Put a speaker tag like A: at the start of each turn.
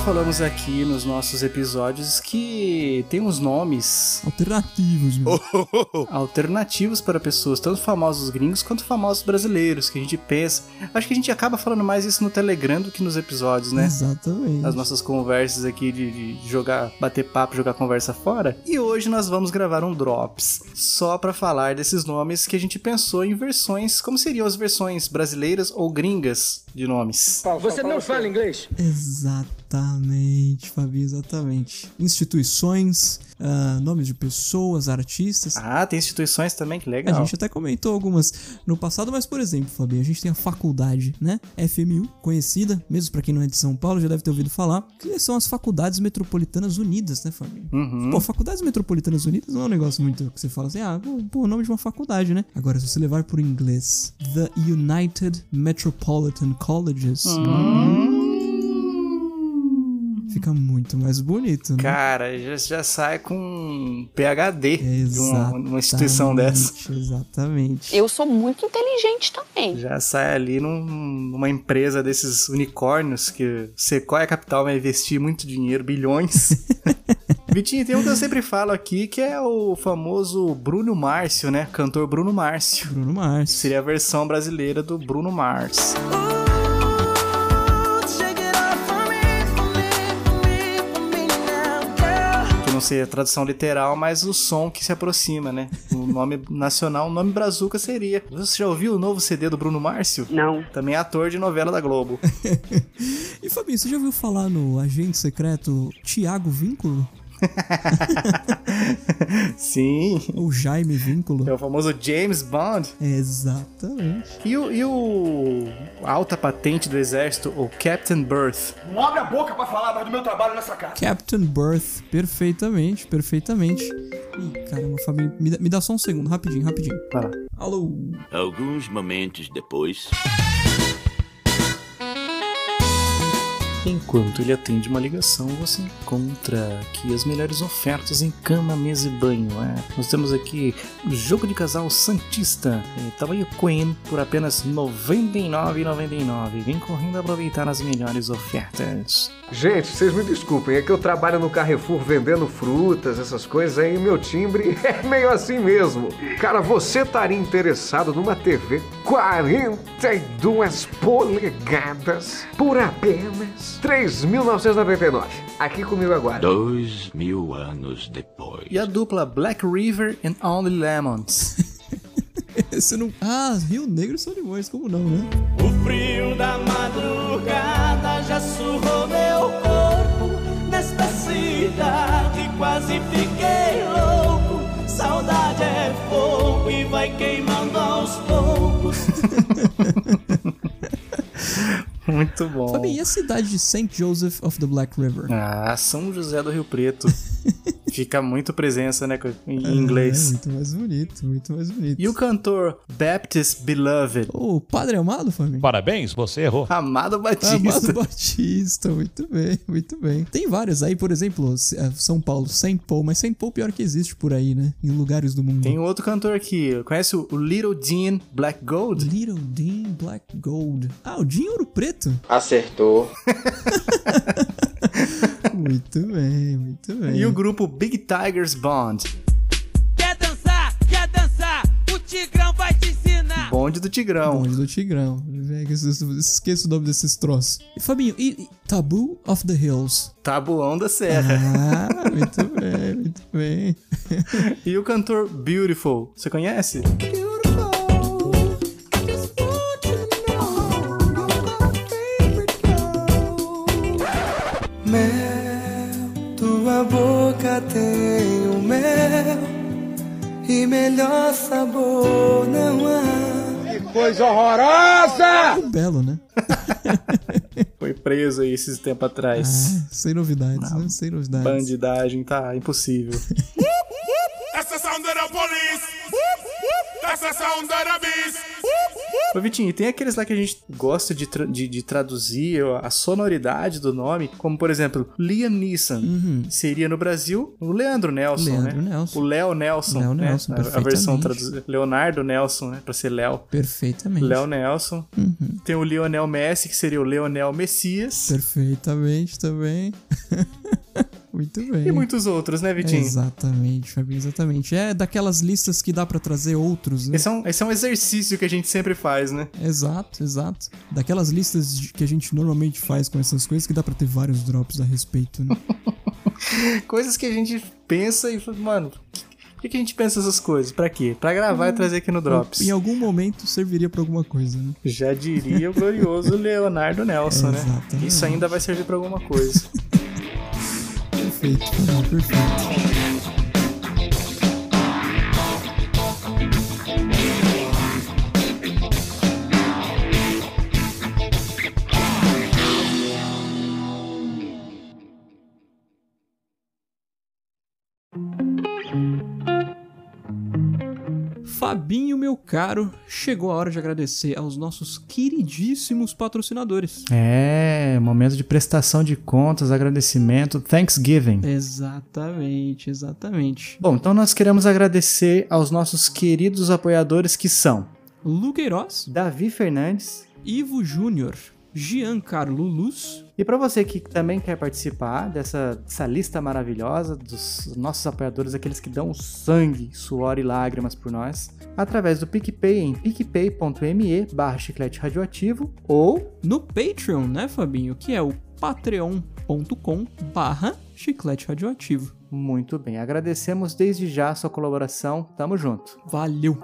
A: falamos aqui nos nossos episódios que tem uns nomes
B: Alternativos, meu.
A: Oh, alternativos para pessoas, tanto famosos gringos quanto famosos brasileiros, que a gente pensa. Acho que a gente acaba falando mais isso no Telegram do que nos episódios, né?
B: Exatamente.
A: Nas nossas conversas aqui de, de jogar, bater papo, jogar conversa fora. E hoje nós vamos gravar um Drops só para falar desses nomes que a gente pensou em versões, como seriam as versões brasileiras ou gringas de nomes.
C: Você não fala inglês?
B: Exatamente, Fabi, exatamente. Instituições, ah, nomes de pessoas, artistas.
A: Ah, tem instituições também, que
B: A
A: legal.
B: gente até comentou algumas no passado, mas por exemplo, Fabi, a gente tem a faculdade, né? FMU, conhecida, mesmo pra quem não é de São Paulo, já deve ter ouvido falar, que são as Faculdades Metropolitanas Unidas, né, Fabi?
A: Uhum.
B: Pô, Faculdades Metropolitanas Unidas não é um negócio muito que você fala assim, ah, pô, pô, o nome de uma faculdade, né? Agora, se você levar por inglês, The United Metropolitan Colleges, hum,
A: Hum.
B: fica muito mais bonito, né?
A: Cara, já, já sai com um PhD de uma,
B: Exatamente,
A: uma instituição dessa.
B: Exatamente.
D: Eu sou muito inteligente também.
A: Já sai ali num- numa empresa desses unicórnios que Sequoia Capital vai investir muito dinheiro, bilhões. Vitinho, tem um que eu sempre falo aqui que é o famoso Bruno Márcio, né? Cantor Bruno Márcio.
B: Bruno Mars.
A: Seria a versão brasileira do Bruno Mars. Que não seria a tradução literal, mas o som que se aproxima, né? O nome nacional, o nome brazuca seria. Você já ouviu o novo CD do Bruno Márcio?
D: Não.
A: Também é ator de novela da Globo.
B: E Fabinho, você já ouviu falar no agente secreto Tiago Vínculo?
A: Sim.
B: Ou Jaime Vínculo?
A: É o famoso James Bond.
B: Exatamente.
A: E o, e o alta patente do exército, o Captain Birth.
C: Não abre a boca pra falar mais do meu trabalho nessa casa.
B: Captain Birth, perfeitamente, perfeitamente. Ih, caramba, Fabinho, me dá, me dá só um segundo, rapidinho, rapidinho.
A: Vai lá.
B: Alô?
E: Alguns momentos depois.
A: Enquanto ele atende uma ligação, você encontra aqui as melhores ofertas em cama, mesa e banho. É, nós temos aqui o jogo de casal Santista, é, tamanho Queen, por apenas R$ 99,99. Vem correndo aproveitar as melhores ofertas.
F: Gente, vocês me desculpem, é que eu trabalho no Carrefour vendendo frutas, essas coisas aí, e meu timbre é meio assim mesmo. Cara, você estaria interessado numa TV 42 polegadas por apenas 3.999. Aqui comigo agora.
E: Dois mil anos depois.
A: E a dupla Black River and Only Lemons.
B: Você não. Ah, Rio Negro e São Limões, como não, né?
A: Muito bom.
B: Fabinho, e a cidade de St. Joseph of the Black River?
A: Ah, São José do Rio Preto. Fica muito presença, né, co- em
B: É,
A: inglês.
B: muito mais bonito, muito mais bonito.
A: E o cantor Baptist Beloved,
B: Ô, Padre Amado, Fabinho?
G: Parabéns, você errou.
A: Amado Batista.
B: Amado Batista, muito bem, muito bem. Tem vários aí, por exemplo, S- eh, São Paulo, Saint Paul, mas Saint Paul pior que existe por aí, né? Em lugares do mundo.
A: Tem um- outro cantor aqui, conhece o Little Dean Black Gold?
B: Little Dean Black Gold. Ah, o Dean Ouro Preto.
H: Acertou.
B: muito bem, muito bem.
A: E o grupo Big Tigers Bond,
I: Quer dançar? Quer dançar? O Tigrão vai te ensinar.
A: bonde do Tigrão.
B: Bonde do Tigrão. Velho, eu esqueço- eu Esqueço o nome desses troços. E, Fabinho, e, e Taboo of the Hills?
A: Tabuão da Serra.
B: Ah, muito bem, muito bem.
A: E o cantor Beautiful, você conhece?
I: Tua boca tem o mel e melhor sabor não há.
C: Coisa horrorosa!
B: O Belo, né?
A: Foi preso aí esses tempos atrás.
B: Ah, sem novidades, né? Sem novidades.
A: Bandidagem, tá impossível.
C: That's the sound of the police! That's
A: Ô Vitinho, e tem aqueles lá que a gente gosta de, tra- de, de traduzir a sonoridade do nome, como por exemplo, Liam Neeson. Seria no Brasil o Leandro Nelson,
B: Uhum. Leandro
A: né?
B: Nelson.
A: O Léo Nelson.
B: Léo
A: né?
B: Nelson,
A: A- a, versão
B: perfeitamente.
A: traduzida. Leonardo Nelson, né? Pra ser Léo.
B: Perfeitamente.
A: Léo Nelson. Tem o Lionel Messi, que seria o Leonel Messias.
B: Perfeitamente também. Muito bem. É
A: E muitos outros, né, Vitinho?
B: Exatamente, Fabinho, exatamente. É daquelas listas que dá pra trazer outros, né?
A: Esse é, um, esse é um exercício que a gente sempre faz, né?
B: Exato, exato. Daquelas listas de- que a gente normalmente faz com essas coisas que dá pra ter vários drops a respeito, né?
A: Coisas que a gente pensa e fala, mano, por que, que a gente pensa essas coisas? Pra quê? Pra gravar e trazer aqui no Drops.
B: em algum momento serviria pra alguma coisa, né?
A: Já diria o glorioso Leonardo Nelson, né?
B: Exatamente.
A: Isso ainda vai servir pra alguma coisa.
B: Perfeito, Fabinho, perfeito. Fabinho, meu caro, chegou a hora de agradecer aos nossos queridíssimos patrocinadores.
A: É, momento de prestação de contas, agradecimento, Thanksgiving.
B: Exatamente, exatamente.
A: Bom, então nós queremos agradecer aos nossos queridos apoiadores que são
B: Luqueiroz,
A: Davi Fernandes.
B: Ivo Júnior, Giancarlo Luz,
A: E pra você que também quer participar dessa, dessa lista maravilhosa dos nossos apoiadores, aqueles que dão sangue, suor e lágrimas por nós, através do PicPay em picpay.me barra chiclete radioativo ou
B: no Patreon, né, Fabinho? Que é o patreon.com barra chiclete radioativo.
A: Muito bem, agradecemos desde já a sua colaboração. Tamo junto.
B: Valeu!